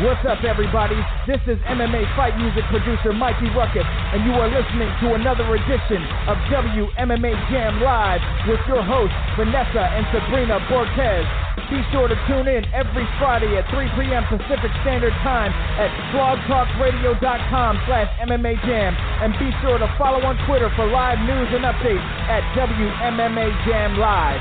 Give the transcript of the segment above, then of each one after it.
What's up, everybody? This is MMA fight music producer Mikey Ruckus, and you are listening to another edition of WMMA Jam Live with your hosts, Vanessa and Sabrina Borquez. Be sure to tune in every Friday at 3 p.m. Pacific Standard Time at blogtalkradio.com slash MMA Jam, and be sure to follow on Twitter for live news and updates at WMMA Jam Live.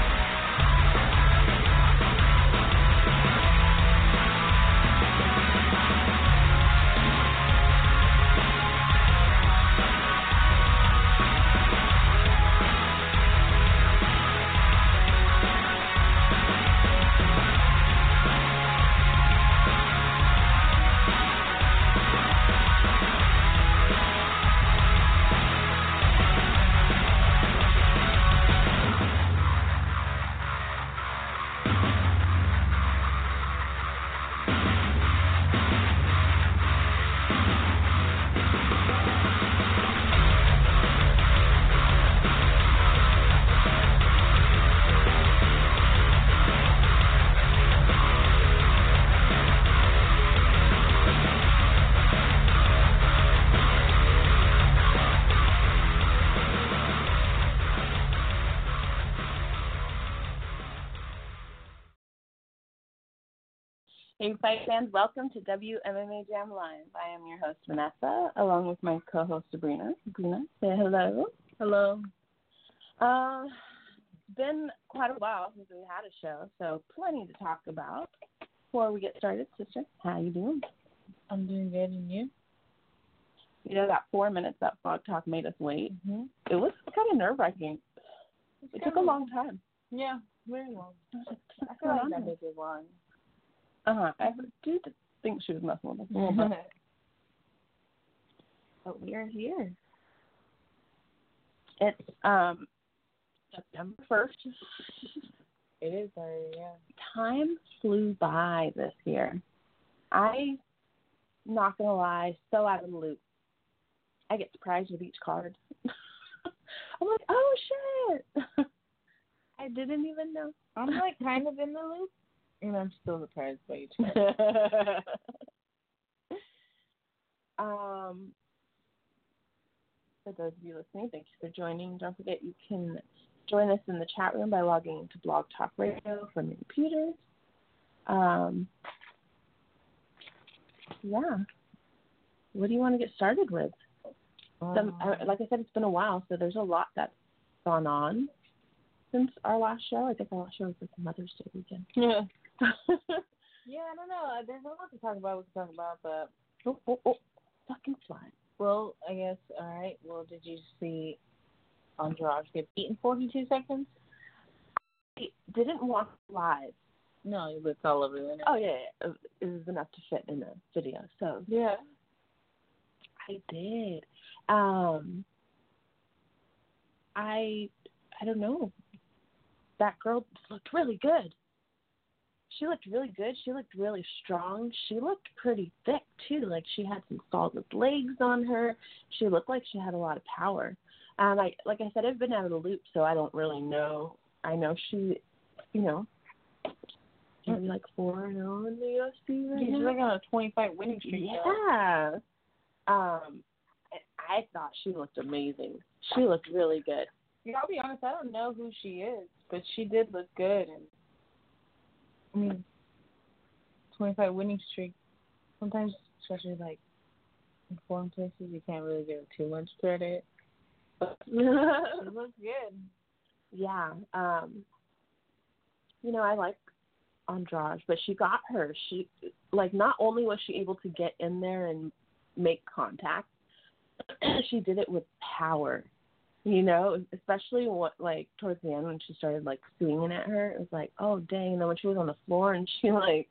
Hey, fight fans, welcome to WMMA Jam Live. I am your host, Vanessa, along with my co host, Sabrina. Sabrina, say hello. Hello. Um, it's been quite a while since we had a show, so plenty to talk about. Before we get started, sister, how you doing? I'm doing good, and you? You know, that four minutes that Fog Talk made us wait, Mm-hmm. it was kind of nerve wracking. It took a long time. Yeah, very long. I feel like that Uh bitch is long. huh. Uh-huh. I do think she was messing with us a Mm-hmm. little bit. but we are here. It's um, September 1st, It is already, yeah. time flew by this year. I, not gonna lie, so out of the loop. I get surprised with each card. I'm like, oh shit! I didn't even know. I'm like kind of in the loop, and I'm still surprised by each one. um, for those of you listening, thank you for joining. Don't forget you can join us in the chat room by logging into Blog Talk Radio from your computer. Um, yeah. What do you want to get started with? Some, Um, I, like I said, it's been a while, so there's a lot that's gone on since our last show. I think our last show was like Mother's Day weekend. yeah. Yeah, I don't know. Uh, There's a lot to talk about. We can talk about, but oh, oh, oh, fucking fly. well, I guess all right. Well, did you see Entourage get beaten 42 seconds? I didn't watch live. No, it's all over the internet. Oh yeah, yeah. it was enough to fit in a video. So yeah. I did. Um, I I don't know. That girl looked really good. She looked really good. She looked really strong. She looked pretty thick too. Like she had some solid legs on her. She looked like she had a lot of power. Um, I like I said, I've been out of the loop, so I don't really know. I know she, you know, maybe like four and zero in the UFC right She's now. like on a 20 fight winning streak. though. Yeah. Um, I- I thought she looked amazing. She looked really good. Yeah, I'll be honest, I don't know who she is, but she did look good and I mean twenty five winning streak. Sometimes especially like in foreign places you can't really give her too much credit. She looked good. yeah. Um, you know, I like Andrade, but she got her. She like not only was she able to get in there and make contact, she did it with power. You know, especially what like towards the end when she started like swinging at her, it was like, oh dang! And then when she was on the floor and she like,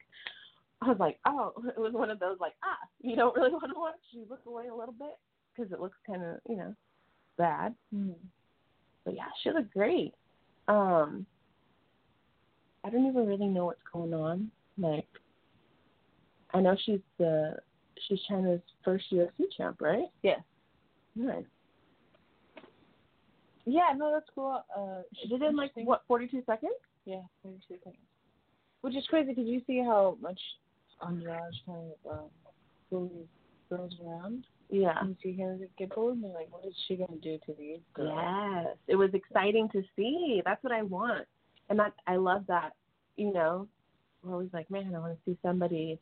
I was like, oh, it was one of those like, ah, you don't really want to watch. You look away a little bit because it looks kind of you know bad. But yeah, she looked great. Um, I don't even really know what's going on. Like, I know she's the she's China's first UFC champ, right? Yeah. Nice. Yeah, no, that's cool. Uh She did it in like interesting. what forty two seconds? Yeah, 22 seconds. Which is crazy because you see how much Andrade kind of uh, bullies girls around. Yeah. And see her get bullied, and they're like, what is she gonna do to these girls? Yes, it was exciting to see. That's what I want, and that I love that. You know, we're always like, man, I want to see somebody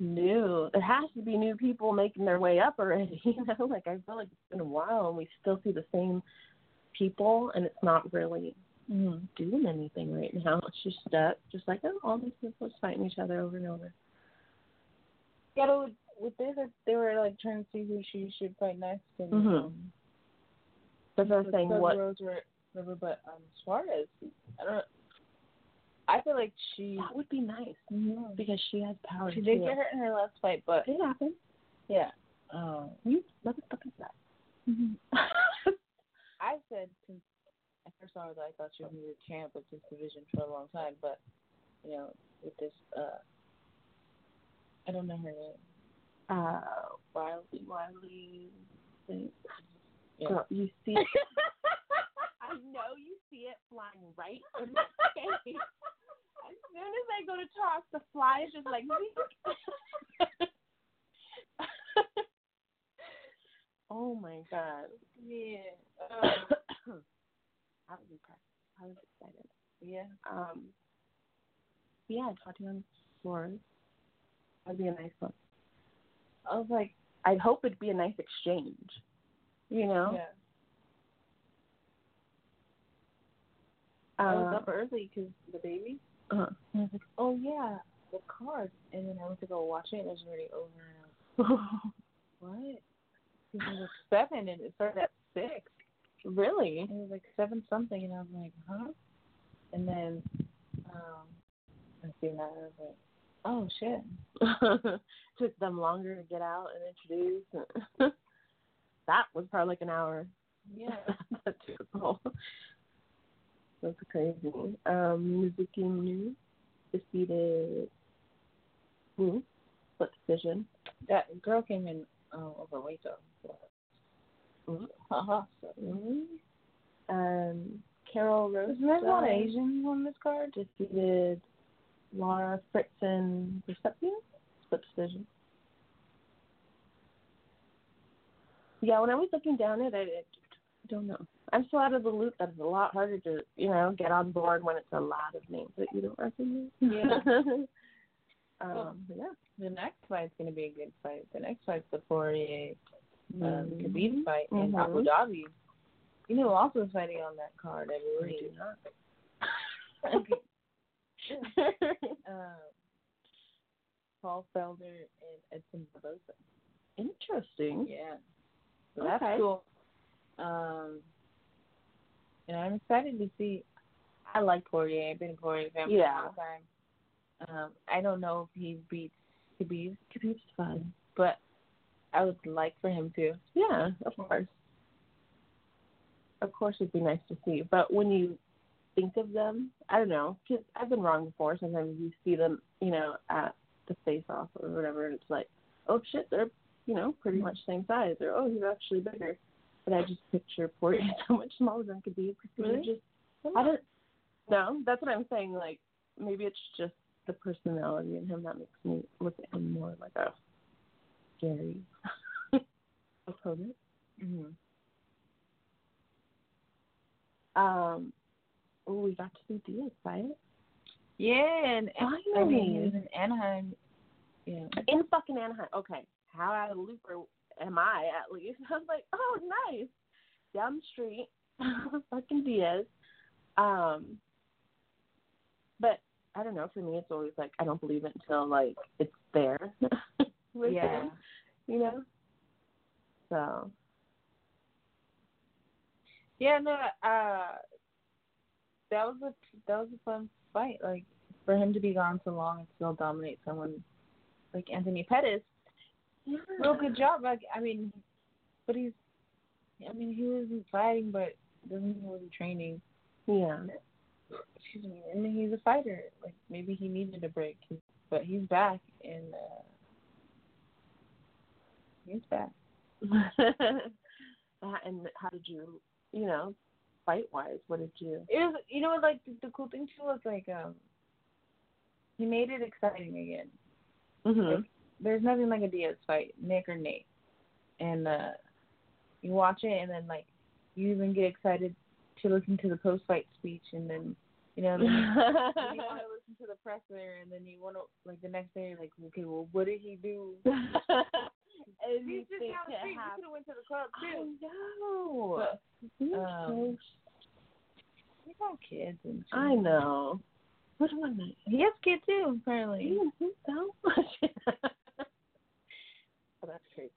new. There has to be new people making their way up already. You know, like I feel like it's been a while, and we still see the same people, and it's not really Mm-hmm. doing anything right now. It's just stuck, just like oh, all these people just fighting each other over and over. Yeah, but with, with this, it's- they were like trying to see who she should fight next, and Mhm. um, That's what I was the saying. Thunder What? Rose were whatever, but um, Suarez, I don't. I feel like she That would be nice Mhm. because she has power. she did too. get hurt in her last fight, but It happened. yeah. Um, You motherfucking Mm-hmm. suck. I said since I first saw her that I thought she was gonna be the champ of this division for a long time, but you know, with this uh I don't know her name. uh, Wiley Wiley. thing. Yeah. Girl, you see it. I know you see it flying right in my face. As soon as I go to talk, the fly is just like. oh my god! Yeah. I Um, was impressed. I was excited. yeah. Um, yeah, Tatiana Flores. That'd be a nice one. I was like I hope it'd be a nice exchange. You know. yeah. I was Uh, up early because the baby. uh, And I was like, oh yeah, the card. And then I went to go watch it, and it was already over. And uh, I was like, what? It was like seven, and it started at six. really? it was like seven something, and I was like, huh? And then, um, I see that, I was like, oh shit. Took them longer to get out and introduce. that was probably like an hour. Yeah. That's typical. That's crazy. Um, Mizuki New defeated Wu. Split decision. That girl came in um, overweight though. Mhm. Uh-huh. So. Really? Um, Carol Rose Isn't there a lot of Asians on this card? defeated Laura Fritzen Reception. Split decision. Yeah, when I was looking down it, I, I don't know. I'm so out of the loop that it's a lot harder to, you know, get on board when it's a lot of names that you don't recognize. Yeah. um, but yeah. The next fight's going to be a good fight. The next fight's the Poirier um, Mm. Khabib fight in Mhm. Abu Dhabi. You know, who also is fighting on that card. I I believe. do not. Okay. um, Paul Felder and Edson Barboza. Interesting. Yeah. So that's Okay. cool. Um, and I'm excited to see. I like Poirier. I've been a Poirier fan for Yeah. a long time. Um, I don't know if he beats Khabib, Khabib's fun. but I would like for him to. Yeah, of course. Of course, it'd be nice to see. But when you think of them, I don't know, 'cause I've been wrong before. Sometimes you see them, you know, at the face off or whatever, and it's like, oh shit, they're, you know, pretty much same size, or oh, he's actually bigger. But I just picture Poirier so much smaller than Khabib. 'cause they're Really? Just, I don't. No, that's what I'm saying. Like maybe it's just the personality in him that makes me look at him more like a scary opponent. Mm-hmm. Um, oh, we got to see Diaz fight Yeah, and I mean, he Finally. was in Anaheim. Yeah. in fucking Anaheim. Okay, how out of the loop are- am I? At least I was like, oh, nice, down the street, fucking Diaz. Um, but I don't know. For me, it's always like I don't believe it until like it's there. with Yeah. him, you know. So Yeah, no, uh, that was a that was a fun fight. Like for him to be gone so long and still dominate someone like Anthony Pettis. yeah. Well, good job. Like I mean, but he's, I mean, he wasn't fighting, but doesn't mean he wasn't training. Yeah. Excuse me. I mean, he's a fighter. Like maybe he needed a break, but he's back and uh, he's back. and how did you, you know, fight wise, what did you? It was, you know, what, like the, the cool thing too was like um, he made it exciting again. Mhm. there's nothing like a Diaz fight, Nick or Nate. And uh you watch it and then like you even get excited to listen to the post fight speech and then you know then you, then you want to listen to the presser and then you want to like the next day you're like okay well what did he do? He's just Anything down could the street. We happen. could have went to the club I too. know. But He's so- um, he got kids and shit. I know. What am I? He has kids too apparently. You think so? oh, that's crazy.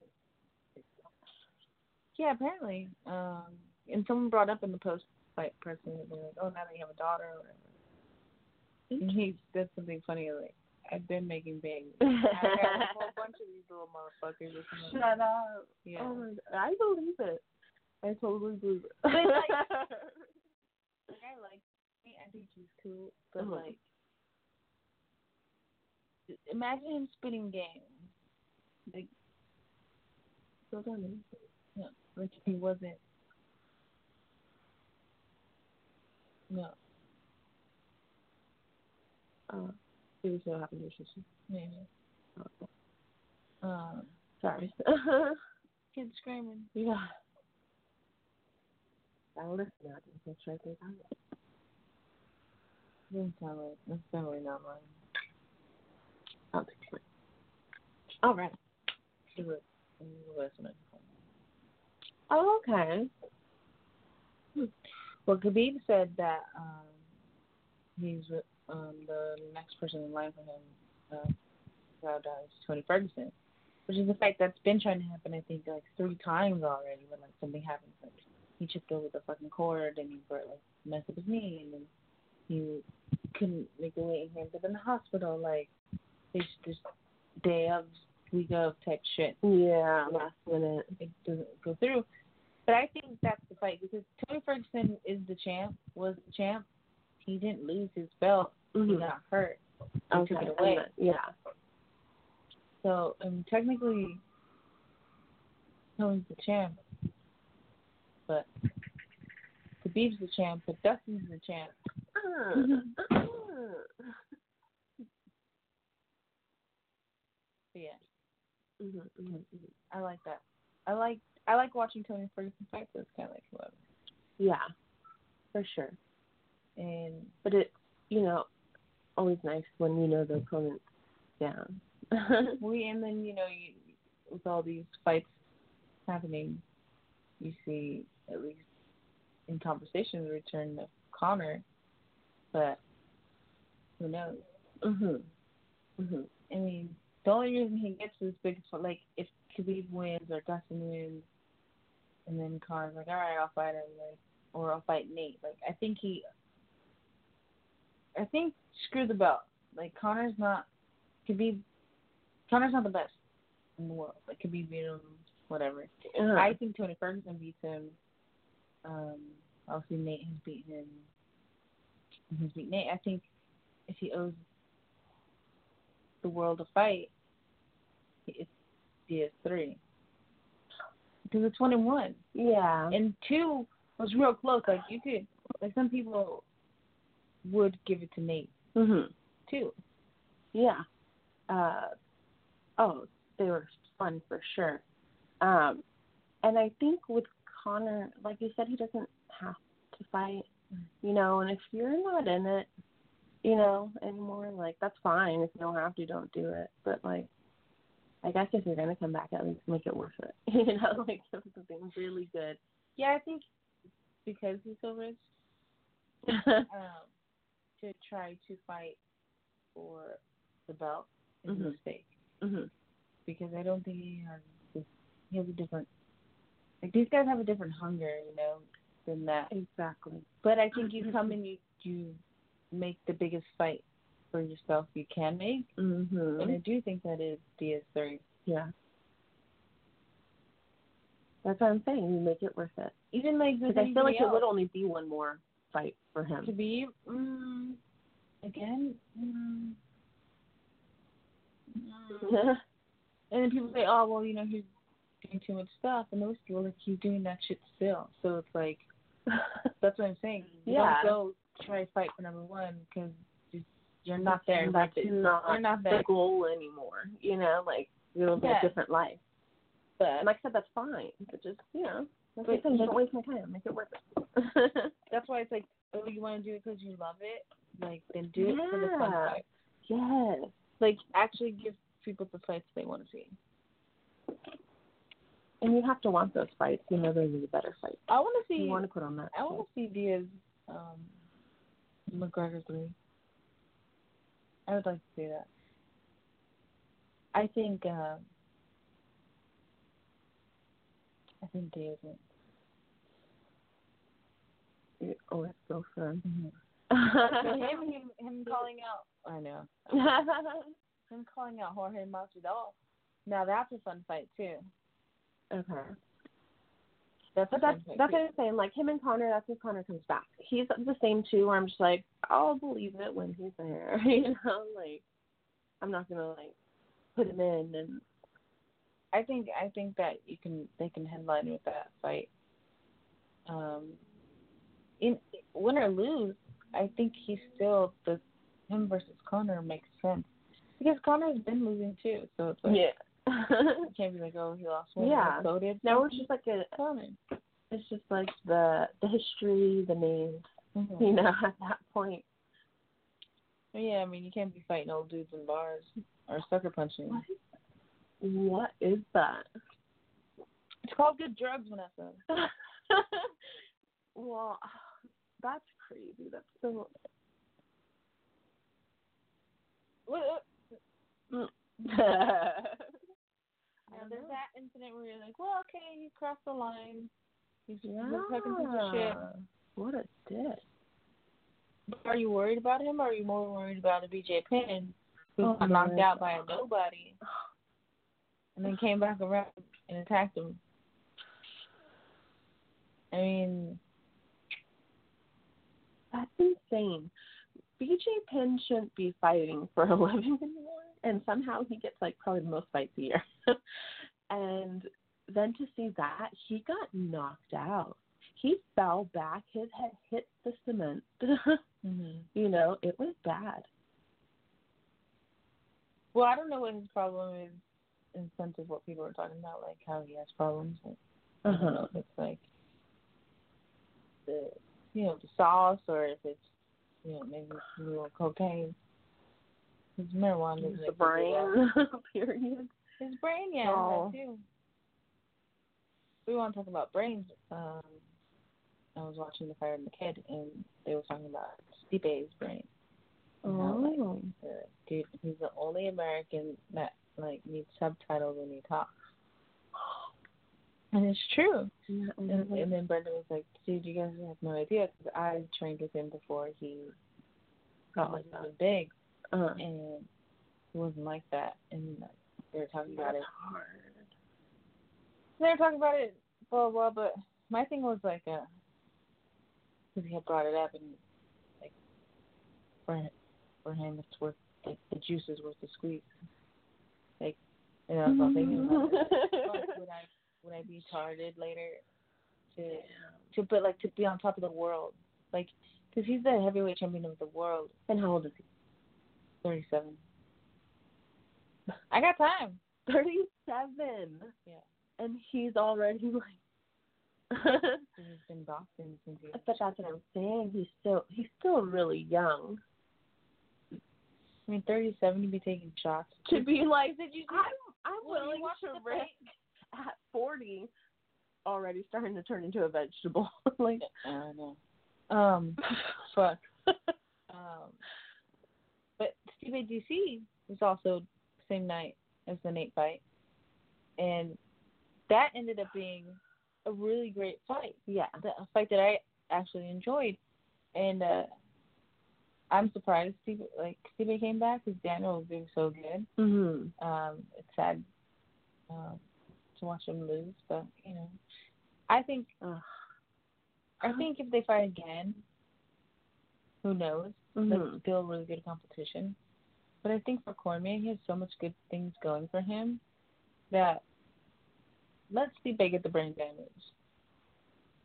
Yeah, apparently. Um, and someone brought up in the post fight person that they're like, oh, now they have a daughter or whatever. And he said something funny like, I've been making babies. I got a whole bunch of these little motherfuckers. or something like Shut that." up. Yeah. Oh my God. I believe it. I totally believe it. But, like- Like, I like him. I think he's cool, but Uh-huh. like, imagine him spitting game. Like, so funny. No, like he wasn't. No, uh, it was so happy to your sister. maybe. Oh, Um, sorry. kid screaming. yeah. I listen. I just make sure I think I'm Doesn't sound right. That's definitely not mine. I'll take mine. All right. It was, it was the last one I found. Oh, okay. Well, Khabib said that um, he's with- um, the next person in line for him. Uh, Lau dies, Tony Ferguson, which is a fight that's been trying to happen. I think like three times already. When like something happens, like he tripped over the fucking cord and he brought, like messed up his knee, and then he couldn't make the weight and he ended up in the hospital. Like it's just day of, week of type shit Yeah, last minute. it doesn't go through. But I think that's the fight because Tony Ferguson is the champ, was the champ. He didn't lose his belt. He Mhm. got hurt. They Okay. took it away. Yeah. So um, technically, Tony's the champ. But Khabib's the champ, but Dustin's the champ. Mm-hmm. Uh, uh. But yeah, Mhm, mhm, mhm. I like that. I like I like watching Tony Ferguson fight. So it's kind of like whoever. Yeah, for sure. And But it's, you know, always nice when you know the opponent's down. Mm-hmm. We and then you know you, with all these fights happening, you see at least in conversation the return of Connor, but who knows? mhm. Mhm. I mean, the only reason he gets this big is for, like if Khabib wins or Dustin wins, and then Connor's like, all right, I'll fight him, like or I'll fight Nate. Like I think he, I think screw the belt. Like Connor's not Khabib. Connor's not the best in the world. Like Khabib beat him, whatever. Uh, I think Tony Ferguson beats him. Um, obviously Nate has beaten him. And He's beat Nate. I think if he owes the world a fight, it's Diaz three because it's one and one, yeah. and two was real close. Like you could, like some people would give it to Nate mhm. too. Yeah. Uh, oh, they were fun for sure. Um, and I think with Connor, like you said, he doesn't have to fight, you know. And if you're not in it, you know, anymore, like that's fine. If you don't have to, don't do it. But like, I guess if you're gonna come back, at least make it worth it. you know, like give us something really good. Yeah, I think because he's so rich, um, to try to fight for the belt is a Mhm. mistake mhm. because I don't think he has this, he has a different like these guys have a different hunger, you know, than that. Exactly. But I think you come and you you make the biggest fight for yourself you can make, and I Mhm. do think that is DS three. Yeah. That's what I'm saying. You make it worth it. Even like with Because I feel like anybody it would else, only be one more fight for to him. be mm, again. Mm, mm. And then people say, oh, well, you know, he's doing too much stuff. And those people are like, he's doing that shit still. So it's like, that's what I'm saying. You Yeah. Don't go try to fight for number one because You're not there. That's Like, not you're not the there. goal anymore. You know, like you live Yeah. a different life. But and like I said, that's fine. But just you know, like I But said, you- don't waste my time. Make it worth it. That's why it's like, oh, you want to do it because you love it. Like, then do it for the fun Yeah. part. yes. Like, actually give people the fights they want to see. And you have to want those fights. You know, those are the better fights. I want to see. You want to put on that. I want to see Diaz, um, McGregor three. I would like to see that. I think. Uh, I think Diaz wins. fight. Oh, that's so fun. him, him, him calling out. I know. Him calling out Jorge Masvidal. Now that's a fun fight too. okay. That's a But that's fun fight that's too. what I'm saying. Like him and Connor, that's when Connor comes back. He's the same too. Where I'm just like, I'll believe it when he's there. you know, like I'm not gonna like put him in and I think I think that you can they can headline with that fight. Um, in win or lose, I think he's still the him versus Connor makes sense because Connor's been losing too, so it's like yeah. you can't be like oh he lost one Yeah. so did now it's just like a Connor. it's just like the the history, the names, Mhm. you know, at that point. Yeah, I mean you can't be fighting old dudes in bars or sucker punching. What? What is that? It's called good drugs, Vanessa. well that's crazy. That's so What- what- Yeah. Now, there's that incident where you're like, well, okay, you crossed the line. He's he's talking piece of shit. What a dick. Are you worried about him, or are you more worried about a BJ Penn who Oh, got knocked my out by a nobody and then came back around and attacked him? I mean, That's insane. BJ Penn shouldn't be fighting for a living anymore, and somehow he gets like probably the most fights a year. and then to see that he got knocked out, he fell back. His head hit the cement. you know, it was bad. well, I don't know what his problem is in sense of what people are talking about, like how he has problems. Like, I Uh-huh. don't know if it's like the you know the sauce or if it's you know maybe it's a little cocaine. His marijuana is The brain period. His brain, yeah, Oh. that too. We want to talk about brains. Um, I was watching The Fire and the Kid, and they were talking about Stipe's brain. And how, like, Oh. the dude, he's the only American that like needs subtitles when he talks, and it's true. Mm-hmm. And, and then Brenda was like, "Dude, you guys have no idea 'cause I trained with him before he Got was like that. even big, Uh, and he wasn't like that." And like, they were talking about it. they were talking about it, blah blah. But my thing was like, uh 'cause he had brought it up, and like, for for him, it's worth like the juice is worth the squeeze. Like, and I was all thinking, about it. Fuck, would I would I be targeted later to to but like to be on top of the world, like, 'cause he's the heavyweight champion of the world, and how old is he? thirty seven. I got time. Thirty-seven. Yeah. and he's already like He's been boxing since he was but that's what I'm saying. He's still he's still really young. I mean, 37 to be taking shots. To be like did you do? I'm I'm Well, you willing watch to the risk at forty already starting to turn into a vegetable. like I don't know. Um, fuck. Um, but Steve ADC was also same night as the Nate fight, and that ended up being a really great fight. Yeah. The a fight that I actually enjoyed, and uh, I'm surprised Steve like Steve came back because Daniel was doing so good. Mhm. um, it's sad uh, to watch them lose, but you know, I think Ugh. I think if they fight again, who knows? Mhm. That's still really good competition. But I think for Cormier, he has so much good things going for him that let's see if they get the brain damage.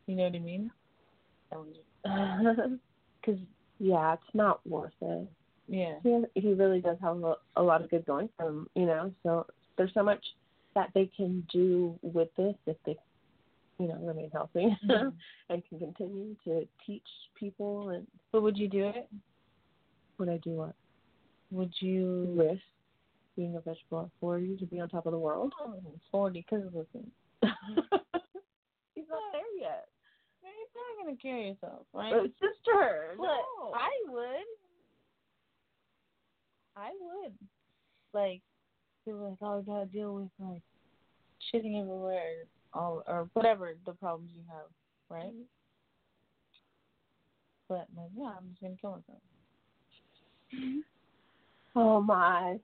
You know what I mm-hmm. mean? Because yeah, it's not worth it. Yeah. he has- he really does have a, a lot of good going for him, you know. So there's so much that they can do with this if they, you know, remain healthy Mhm. and can continue to teach people. And But would you do it? what I do want Would you risk being a vegetable at 40 to be on top of the world. oh, forty? Because listen, He's not there yet. you're not gonna kill yourself, right? But sister, Look, no. I would. I would. Like, people like, oh, I gotta deal with like shitting everywhere, all or whatever the problems you have, right? Mm-hmm. But like, yeah, I'm just gonna kill myself. oh my,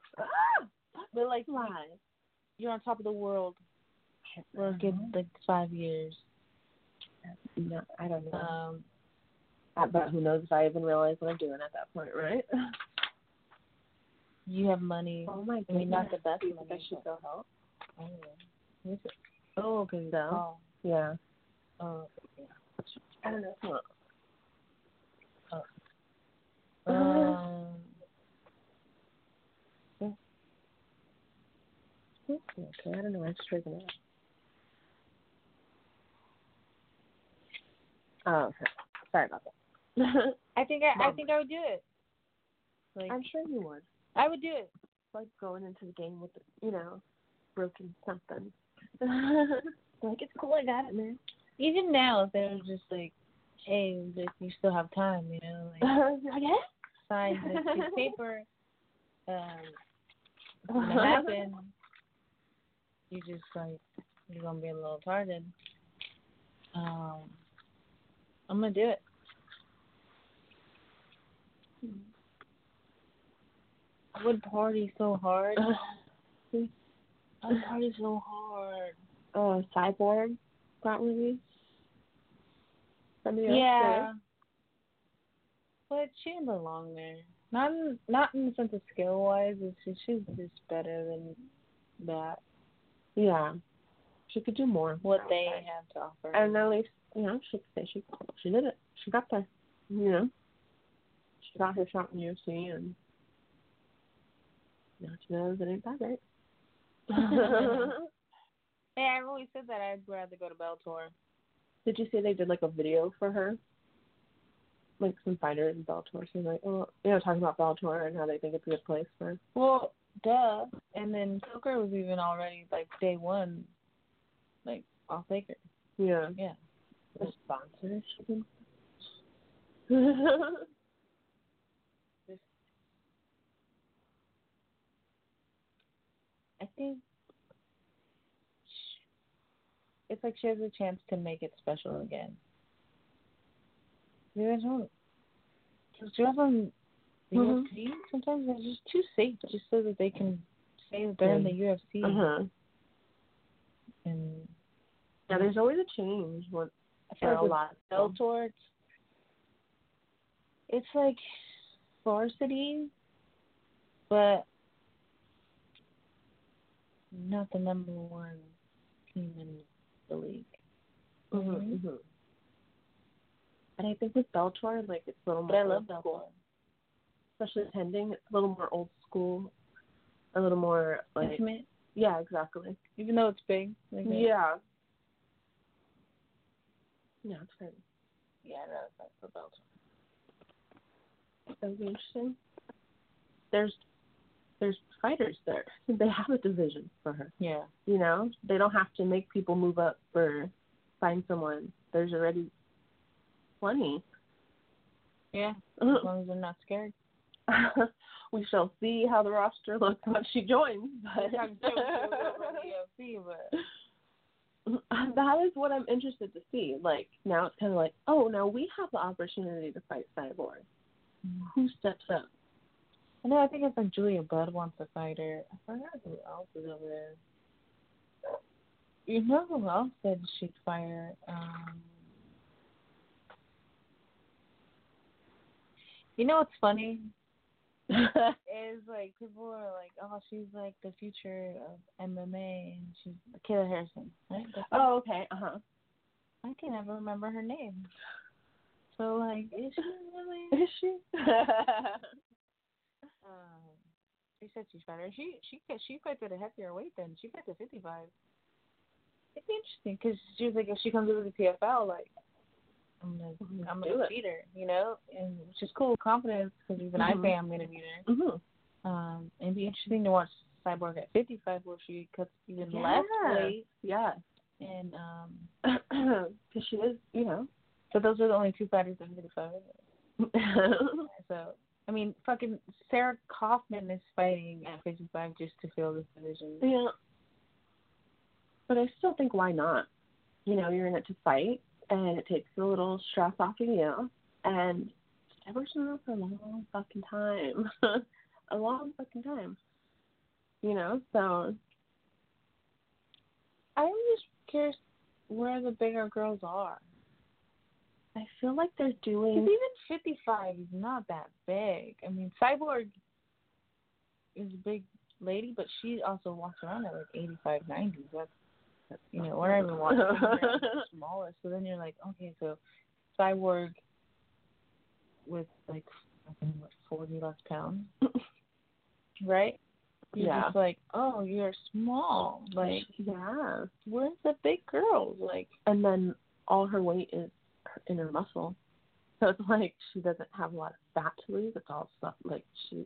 But like, my. you're on top of the world for a good Mm-hmm. like five years. No, I don't know. Um, Uh, but who knows if I even realize what I'm doing at that point, right? you have money. Oh, Oh my god. I mean, not the best You think I money, should go help? I don't know. What is it? Oh, because no. Oh, Yeah. oh, I don't know. Oh. Uh, Um, Okay, I don't know. I'm just freaking out. Oh, okay. sorry about that. I think I, I Mom. think I would do it. Like I'm sure you would. I would do it. Like going into the game with, you know, broken something. like it's cool. I got it, man. Even now, if they were just like, hey, like, you still have time, you know, like You're like, eh? sign this piece of paper. Um, it's gonna happen. You just like you're gonna be a little retarded. Um, I'm gonna do it. I would party so hard. I would party so hard. uh, Cyborg got released. Somebody else Yeah. But she didn't belong there. Not in, not in the sense of skill wise, it's just she's just better than that. did. Yeah. She could do more. What they have to offer. And at least, you know, she could say she she did it. She got there. You know. She got her shot in UFC and now she knows it ain't that great. yeah, I've always said that I'd rather go to Bellator. did you say they did like a video for her? Like some fighters in Bellator. She was like, Oh you know, talking about Bellator and how they think it's a good place for her. Well, duh. And then Coker was even already like day one, like off Baker. Yeah. Yeah. The sponsorship. yeah, I think sh- it's like she has a chance to make it special again. Maybe I don't. Because girls on the Mhm. UFC sometimes they're just too safe, just so that they can say that they're in the UFC. Uh-huh. And there's always a change with I for feel like a with lot. of them. Bellator, it's, it's like varsity, but not the number one team in the league. Mm-hmm. Mhm, mhm. And I think with Bellator, like it's a little But I more love old Bellator. school, especially attending. It's a little more old school, a little more like Intimate, yeah, exactly. even though it's big. Like that. Yeah. Yeah, it's great. yeah, I know that's for Bellator. That'd be interesting. There's there's fighters there. They have a division for her. Yeah, You know, they don't have to make people move up or find someone. There's already plenty. yeah. As long as they're not scared. we shall see how the roster looks once she joins. But UFC, but that is what I'm interested to see. Like now, it's kind of like, oh, now we have the opportunity to fight Cyborg. Who steps up? I know. I think it's like Julia Budd wants to fight her. I forgot who else is over there. You know who else said she'd fire? Um, you know what's funny is like people are like, oh, she's like the future of MMA, and she's Kayla Harrison, right? That's her. oh, okay. Uh huh. I can never remember her name. So like, is she really? Is she? Um, she said she's better. She she cut- she cut to the heavier weight then. She cut to fifty five. It's interesting because she was like, if she comes over to PFL, like I'm gonna Mhm. I'm Do gonna it. beat her, you know, and which is cool with confidence because even Mhm. I say I'm gonna beat her. Mm-hmm. Um, it'd be interesting to watch Cyborg at fifty five where she cuts even less weight Yeah. and um. Because she is, you know. So those are the only two fighters at fifty five. So I mean, fucking Sarah Kaufman is fighting at 55 just to fill this division. yeah. But I still think why not? You know, you're in it to fight, and it takes a little stress off of you. And I've worked on for a long fucking time. a long fucking time. You know, so. I'm just curious where the bigger girls are. I feel like they're Because doing. even 55 is not that big. I mean, Cyborg is a big lady, but she also walks around at like 85, 90. That's, that's you know, we're not even walking around at the smallest. So then you're like, okay, so Cyborg with like, I think, what, 40 less pounds? right? You're Yeah. just like, oh, you're small. Like, Yeah. where's the big girls? Like, and then all her weight is in her muscle. So it's like she doesn't have a lot of fat to lose. It's all stuff like she.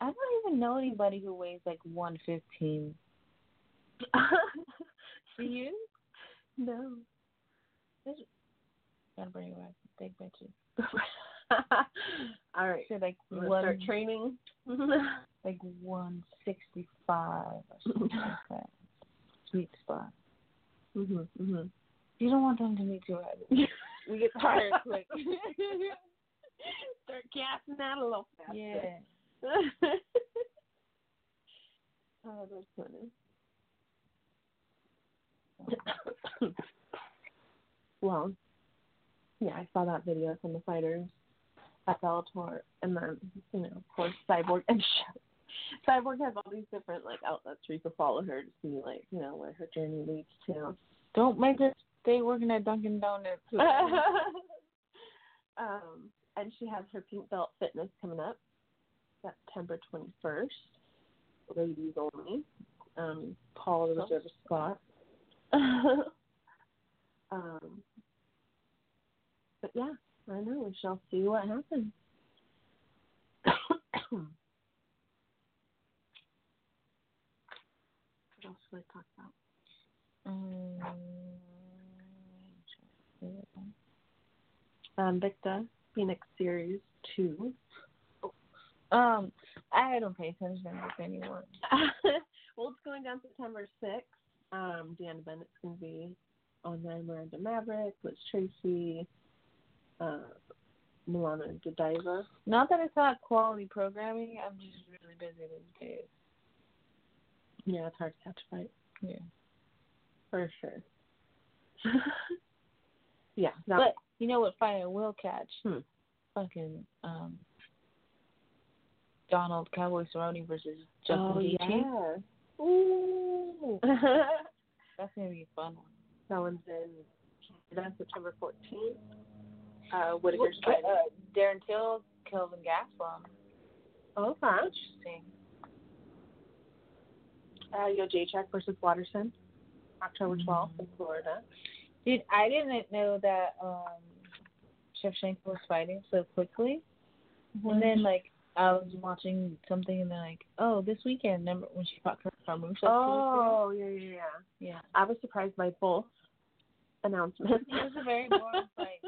I don't even know anybody who weighs like 115. Do you? no. Gotta bring it back. Big bitches. all right. So like I'm gonna one, start training. like 165 or something like that. Sweet spot. mhm. Mhm. You don't want them to be too heavy. We get tired quick. Start gassing out a little faster. yeah. oh, that's funny. well, yeah, I saw that video from the fighters at Bellator, and then you know, of course, Cyborg and Cyborg has all these different like outlets where you can follow her to see like you know where her journey leads to. Don't make her stay working at Dunkin' Donuts. Mm-hmm. um, and she has her pink belt fitness coming up September 21st, ladies only. Um, Paul the reserve a spot. um, but yeah, I know we shall see what happens. what else should I talk about? um, Um, Victa Phoenix Series Two. um, I don't pay attention to this anymore. well, it's going down September 6th. Um, Deanna Bennett's going to be on there. Miranda Maverick, Liz Tracy, uh, Milana Godiva. Not that it's not quality programming, I'm just really busy these days. Yeah, it's hard to catch a fight. Yeah. For sure. yeah. That, But you know what fight I will catch? Hmm. Fucking um Donald Cowboy Cerrone versus Justin oh, Gaethje. yeah. Ooh. that That's gonna be a fun one. one's in Canada, September 14th. Uh, Whitaker's uh, fighting. Darren Till, Kelvin Gastelum. Okay. Interesting. Uh, Yo Jacek versus Watterson, October Mm-hmm. 12th in Florida. Dude, I didn't know that um Shevchenko was fighting so quickly. And then like I was watching something and they're like, Oh, this weekend, remember when she fought for Farmouche? Oh, yeah, yeah, yeah. yeah. I was surprised by both announcements. It was a very boring fight.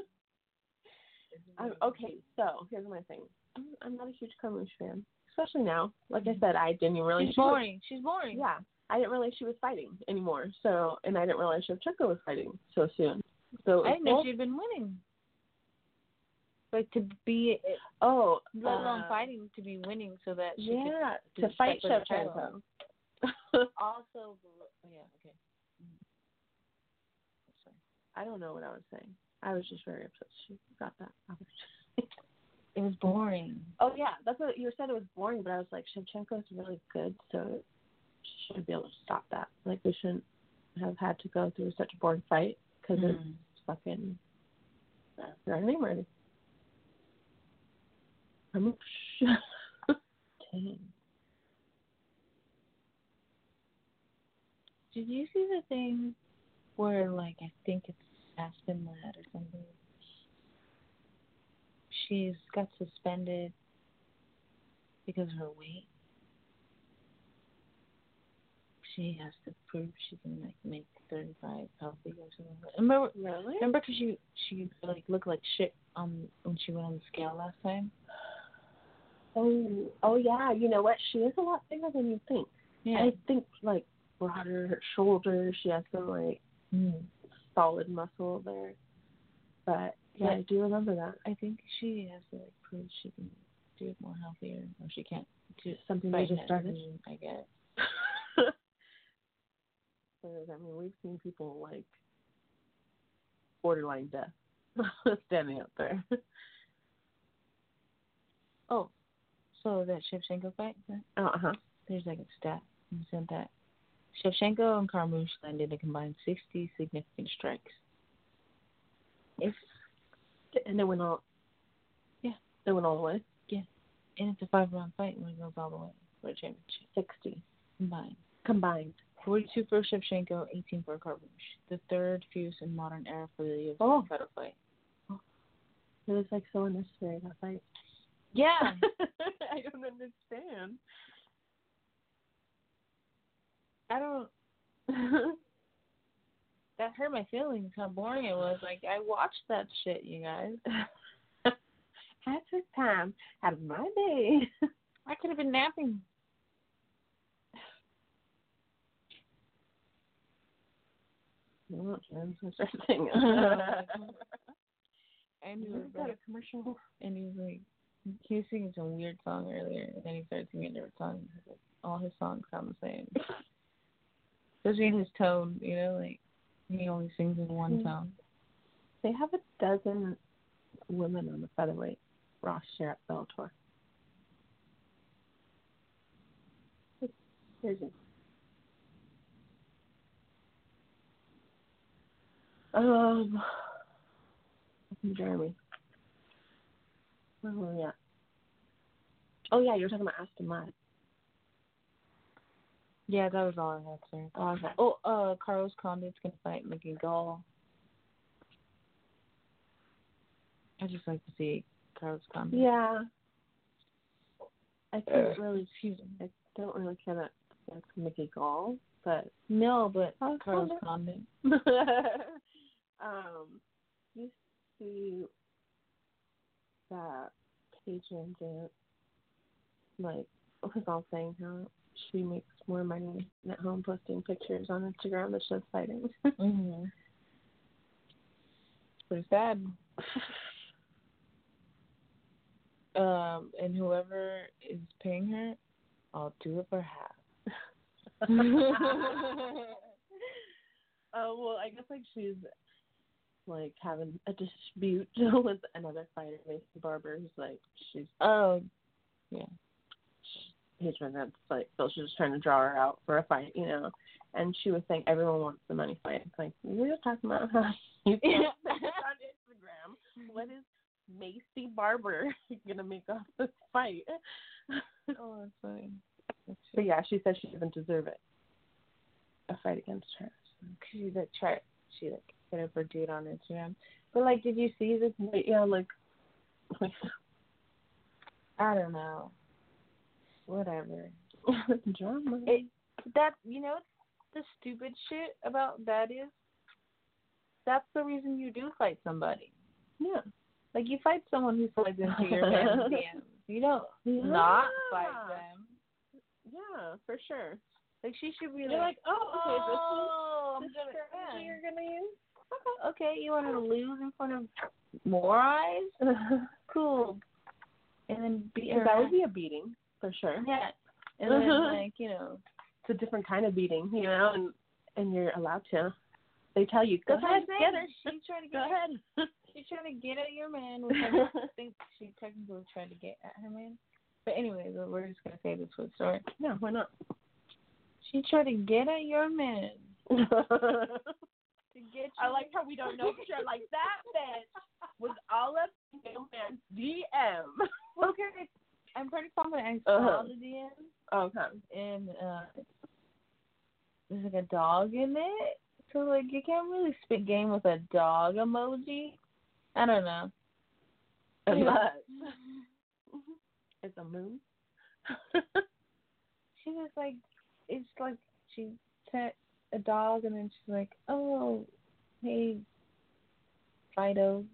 I'm- okay, so here's my thing. I'm, I'm not a huge Carmouche fan, especially now. Like I said, I didn't even realize Mm-hmm. She's she was, boring. She's boring. yeah, I didn't realize she was fighting anymore. So, and I didn't realize Shevchenko was fighting so soon. So, it I was didn't know both- she'd been winning. Like to be, oh, let alone uh, fighting, to be winning, so that she could yeah, could to fight fight for the Shevchenko. title. also. oh, Yeah. Okay. Mm-hmm. I don't know what I was saying. I was just very upset. She got that opportunity. It was boring. Oh yeah, that's what you said. It was boring, but I was like, Shevchenko's really good, so she should be able to stop that. Like we shouldn't have had to go through such a boring fight because Mm-hmm. it's fucking. I forgot her name already. Kamoosh. Dang. Did you see the thing where, like, I think it's Aspen Ladd or something? She's got suspended because of her weight. She has to prove she can like make thirty-five healthy or something. Remember, really? remember, cause she she like looked like shit um when she went on the scale last time. Oh, oh yeah. You know what? She is a lot bigger than you think. Yeah. I think like broader her shoulders. She has some like Mm. solid muscle there. But yeah, Yeah. I do remember that. I think she has to like prove she can do it more healthier, or she can't do Something fight we just it, started. mm, I guess. Because, I mean, we've seen people like borderline death standing up there. Oh, so that Shevchenko fight? huh? Uh huh. There's like a stat and said that Shevchenko and Carmouche landed a combined 60 significant strikes. It's And they went all. Yeah. They went all the way. and it's a five round fight and it goes all the way for a championship 60 combined. combined. 42 for Shevchenko, 18 for Carmouche. The third fuse in modern era for the Oh. title fight. It was like so unnecessary that fight. Yeah. I don't understand. I don't. That hurt my feelings. How boring it was. Like I watched that shit, you guys. Had took time out of my day. I could have been napping. Well, that's interesting. I You knew would've it. got better. a commercial. and he was like he was singing some weird song earlier and then he started singing a different song He was like, all his songs sound the same especially in his tone you know like he only sings in one Mm. tone They have a dozen women on the featherweight roster at Bellator. It's crazy. Um, Jeremy. Where were we at? Oh yeah, you were talking about Aston Ladd. yeah that was all i had sir Oh, okay. oh uh carlos condit's gonna fight mickey gall i just like to see carlos condit Yeah. I Uh, can't really. excuse me I don't really care that that's Mickey Gall, but no but Carlos carlos Condit. condit um, you see that Cajun dance, like, what was all saying how she makes more money at home posting pictures on Instagram that shows fighting. mm-hmm. pretty sad um, and whoever is paying her, I'll do it for half. Um, Oh well, I guess like she's like having a dispute with another fighter, Macy Barber, who's like she's oh, patron that's like so she's just trying to draw her out for a fight, you know. And she was saying everyone wants the money fight. It's like we were talking about how you post things on Instagram. What is Macy Barber gonna make off this fight? oh, that's funny. That's But yeah, she said she doesn't deserve it. A fight against her. she like tried. She like hit up her dude on Instagram. But like, did you see this? But yeah, like I don't know. Whatever. drama. It that you know what's the stupid shit about that is that's the reason you do fight somebody. yeah. Like you fight someone who slides into your man's DMs. You don't Yeah. not fight them. Yeah, for sure. Like she should be You're like, oh, oh, okay, this is this strategy yeah. you're gonna use. okay, you want to lose in front of more eyes? Cool. And then beat Because her that would ass. be a beating for sure. yeah. And then Uh-huh. like you know, It's a different kind of beating, you know, and and you're allowed to. They tell you go that's ahead, what I'm get her. saying. She's trying to get. Go ahead. She's trying to get at your man, which I don't think she technically tried to get at her man. But anyways, we're just gonna say this was story. yeah, why not? She tried to get at your man to get. I you- like how we don't know if you're like that bitch was all up in Mailman's DM. Okay. I'm pretty confident I Uh-huh. saw the DM. Okay. and uh, there's like a dog in it. So like you can't really spit game with a dog emoji. I don't know. Unless it's a moon. She was like, it's like she sent a dog and then she's like, oh, hey, Fido,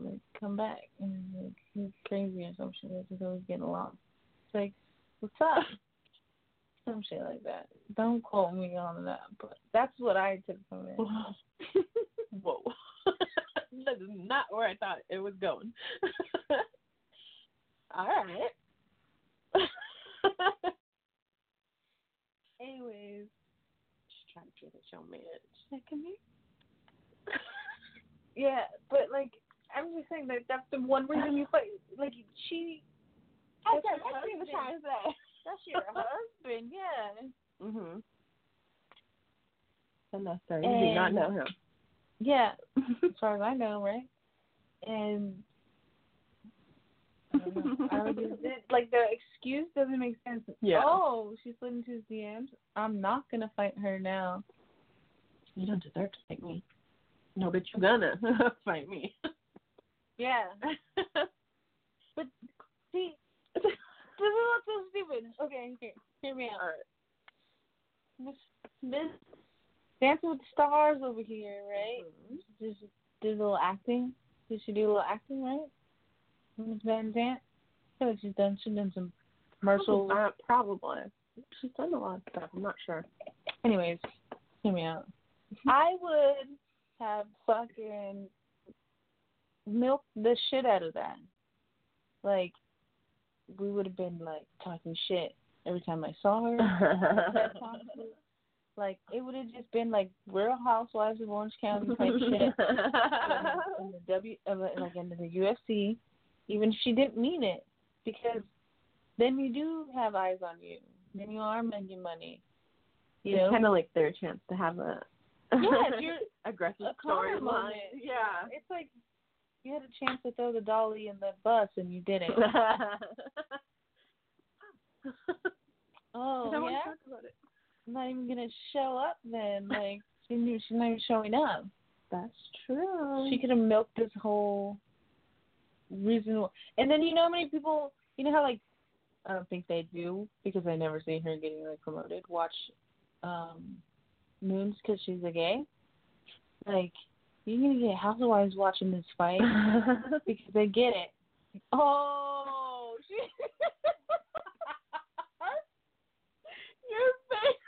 like come back. And he's like he's crazy or some shit. Like he's always getting lost. It's like, what's up? Some shit like that. Don't quote me on that, but that's what I took from it. Whoa. that is not where I thought it was going. All right. Anyways, she's trying to get at your man. She's like, come here. Yeah, but like I'm just saying that that's the one reason you fight. Like she, I That's said, your that's what he was trying to say. that's your husband. Yeah. Mm-hmm. So no, sir, you do not And- know him. Yeah, as far as I know, right? And I don't know. I would just, it, like the excuse doesn't make sense. Yeah. Oh, she's slid into his DMs. I'm not gonna fight her now. You don't deserve to fight me. No, but you're gonna fight me. Yeah. See, this is what's so stupid. Okay, here, hear me out. Miss, Miss Dancing with the Stars over here, right? Just did a little acting. Did she do a little acting, right? Miss Van Zant? I feel like she's done. She's done some commercials. Uh, probably. She's done a lot of stuff. I'm not sure. Anyways, hear me out. I would have fucking milked the shit out of that. Like, we would have been like talking shit every time I saw her. like it would have just been like Real Housewives of Orange County type shit in the W of, uh, like in the UFC, even if she didn't mean it, because then you do have eyes on you, then you are making money. You it's know, kind of like their chance to have a Yeah, if you're- aggressive a karma storyline. moment. Yeah. it's like you had a chance to throw the dolly in the bus and you didn't. I oh don't want yeah, to talk about it. I'm not even gonna show up then. Like she knew she's not even showing up. That's true. she could have milked this whole reason. wh- And then you know how many people, you know how like I don't think they do because I never see her getting like promoted. Watch um Moons because she's a gay. Like you're gonna get housewives watching this fight because they get it. Oh, she. Your face.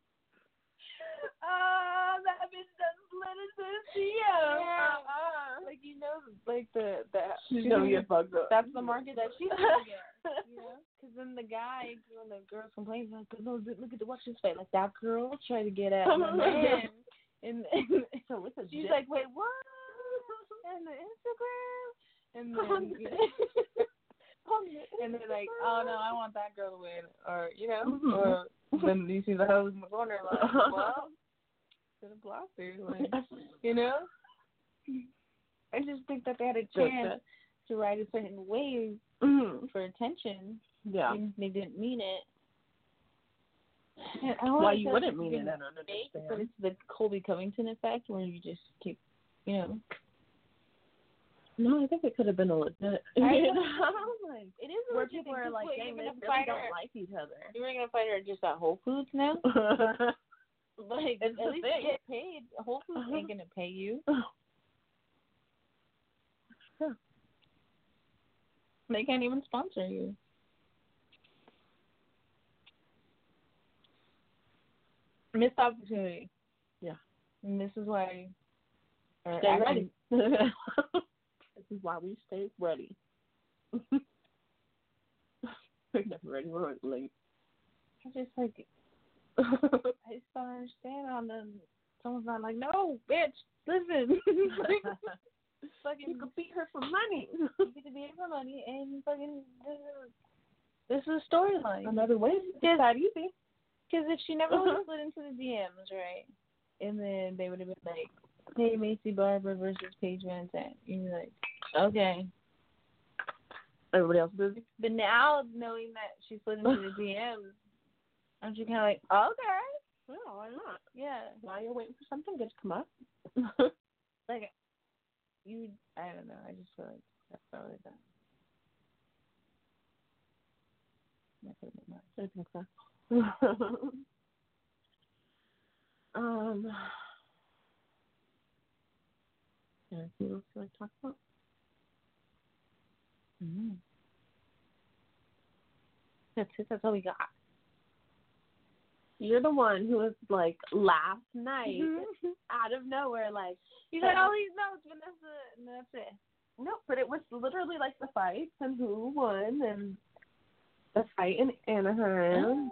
oh, that bitch done slid into his DM. Yeah. Uh-uh. uh, Like you know, like the the She's gonna get fucked up. that's the market that she's gonna get. You know, because then the guy, when the girls complain, like, "But no, look look at the watch this fight. Like that girl tried to get at my man, and, and So it's a She's dick. like, wait, what? And the Instagram, On and then the- and they're like, oh no, I want that girl to win, or you know, Mhm. or then you see the hoes in the corner like, well, should have blocked her, like, you know. I just think that they had a chance Gotcha. to ride a certain wave Mhm. for attention, Yeah. and they didn't mean it. And I don't Why wanna you say wouldn't it's mean been it, I don't fake, but understand. it's the Colby Covington effect where you just keep, you know. No, I think it could have been a legit. I You know, know. like It is a where legit people thing. are Just like, wait, dang, you're they gonna really fight don't her. like each other. You were gonna fight her just at Whole Foods now. Like It's at the least thing. you get paid. Whole Foods Uh-huh. ain't gonna pay you. They can't even sponsor you. Missed opportunity. Yeah. And this is why. or Stay actually, ready. this is why we stay ready. We're never ready. We're always late. I just like I just don't understand how them someone's not like, no, bitch, listen, fucking, you could beat her for money. you get to be everybody, and fucking, this is, this is a storyline. Another way. Yes. That easy. Because if she never would have slid into the DMs, right, and then they would have been like, hey, Macy Barber versus Paige Van Zandt. And you're like, okay. Everybody else busy. But now, knowing that she slid into the DMs, I'm just kind of like, okay, No, why not? yeah. While you're waiting for something good to come up. Like, you, I don't know. I just feel like that's probably that. That could have been mine. I think so. um, anything else you want to talk about? Mm-hmm. That's it. That's all we got. You're the one who was like last night Mm-hmm. out of nowhere, like You got all these notes, Vanessa. And that's it. no, but it was literally like the fights and who won and the fight in Anaheim.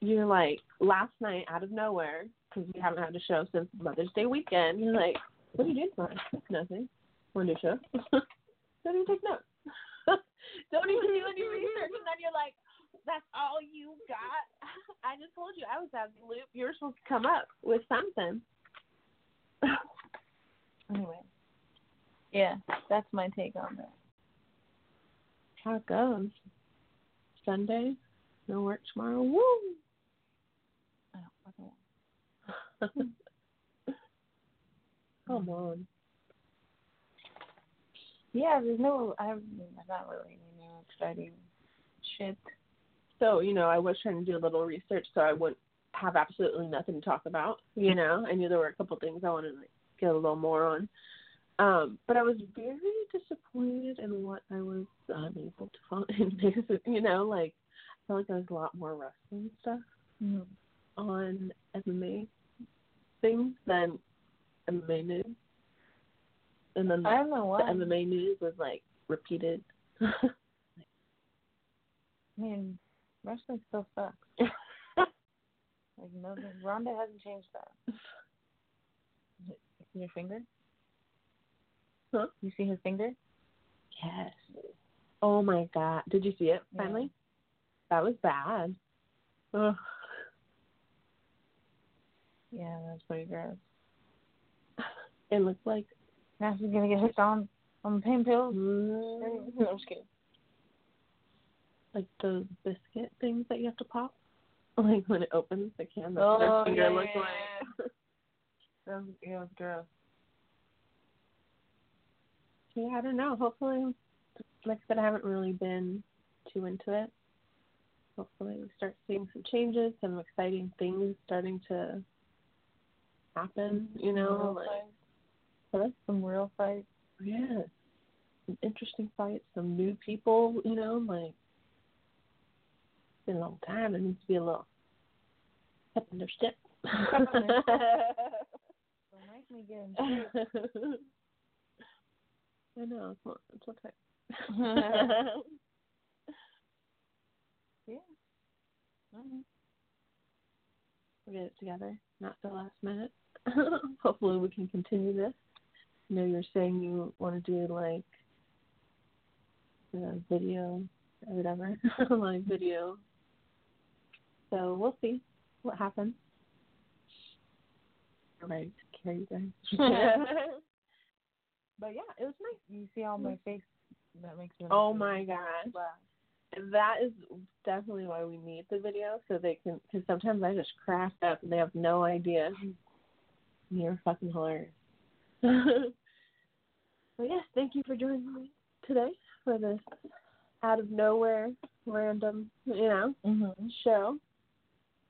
You're like last night out of nowhere because we haven't had a show since Mother's Day weekend. You're like, what are you doing tonight? Nothing. Want to do a show? Don't even take notes. Don't even do any research. And then you're like, that's all you got. I just told you I was out of the loop. You were supposed to come up with something. Anyway. Yeah, that's my take on that. How it goes. Sunday, no work tomorrow. Woo! I don't fucking want Come on. Yeah, there's no. I'm not really any exciting shit. So, you know, I was trying to do a little research so I wouldn't have absolutely nothing to talk about. You know, I knew there were a couple things I wanted to like, get a little more on. Um, but I was very disappointed in what I was unable to find. you know, like, I felt like there was a lot more wrestling stuff. on MMA things than MMA news. And then I the, don't know the why. MMA news was like repeated. I mean, wrestling still sucks. Like no, Ronda hasn't changed that. See her finger? Huh? You see her finger? yes. Oh my god. Did you see it Yeah. finally? That was bad. Ugh. Yeah, that's pretty gross. It looked like Now she's gonna get hooked on on pain pills. mm, No, I'm just kidding. like those biscuit things that you have to pop. Like when it opens the can, that's Oh, what her yeah, finger looked yeah, like. That was, yeah, it was gross. Yeah, I don't know. Hopefully, like I said, I haven't really been too into it. Hopefully, we start seeing some changes, some exciting things starting to happen. You know, Some real like fights. Huh? Some real fights. yeah, some interesting fights, some new people. You know, like it's been a long time. There needs to be a little step under step. Don't make me get in shape. I know it's not. It's okay. Yeah. Alright. we'll get it together, not the last minute. Hopefully, we can continue this. I know you're saying you want to do like uh, video or whatever, live video. So we'll see what happens. I'm ready to carry you guys. but yeah, it was nice. You see all my face? That makes me. Oh Mm-hmm. my gosh. Wow. that is definitely why we need the video so they can because sometimes I just crash up and they have no idea. You're fucking hilarious. well, yes, thank you for joining me today for this out of nowhere random, you know, Mhm. show.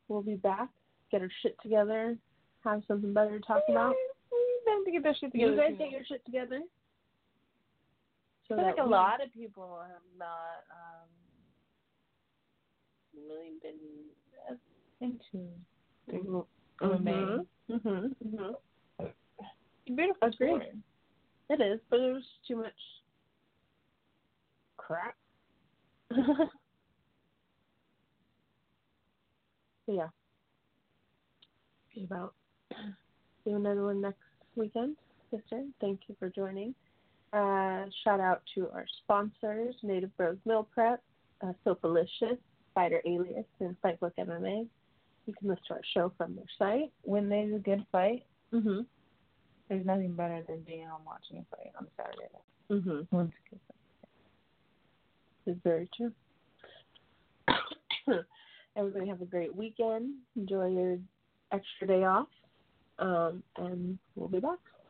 We'll be back, get our shit together, have something better to talk about. We have to get that shit together. You guys too. get your shit together. I feel like that a we- lot of people have not um, really been into. Mhm. Remain. Mhm. Mhm. Mm-hmm. Beautiful. Agreed. It is, but it was too much crap. so yeah. Be about do another one next weekend, sister. Thank you for joining. Uh, shout out to our sponsors, Native Bros Meal Prep, uh, Soapalicious, Spider Alias, and Fight Book MMA. You can listen to our show from their site. When there's a good fight, Mhm. there's nothing better than being home watching a fight on a Saturday night. Mhm. When it's a good fight. It's very true. Everybody have a great weekend. Enjoy your extra day off. Um, and we'll be back.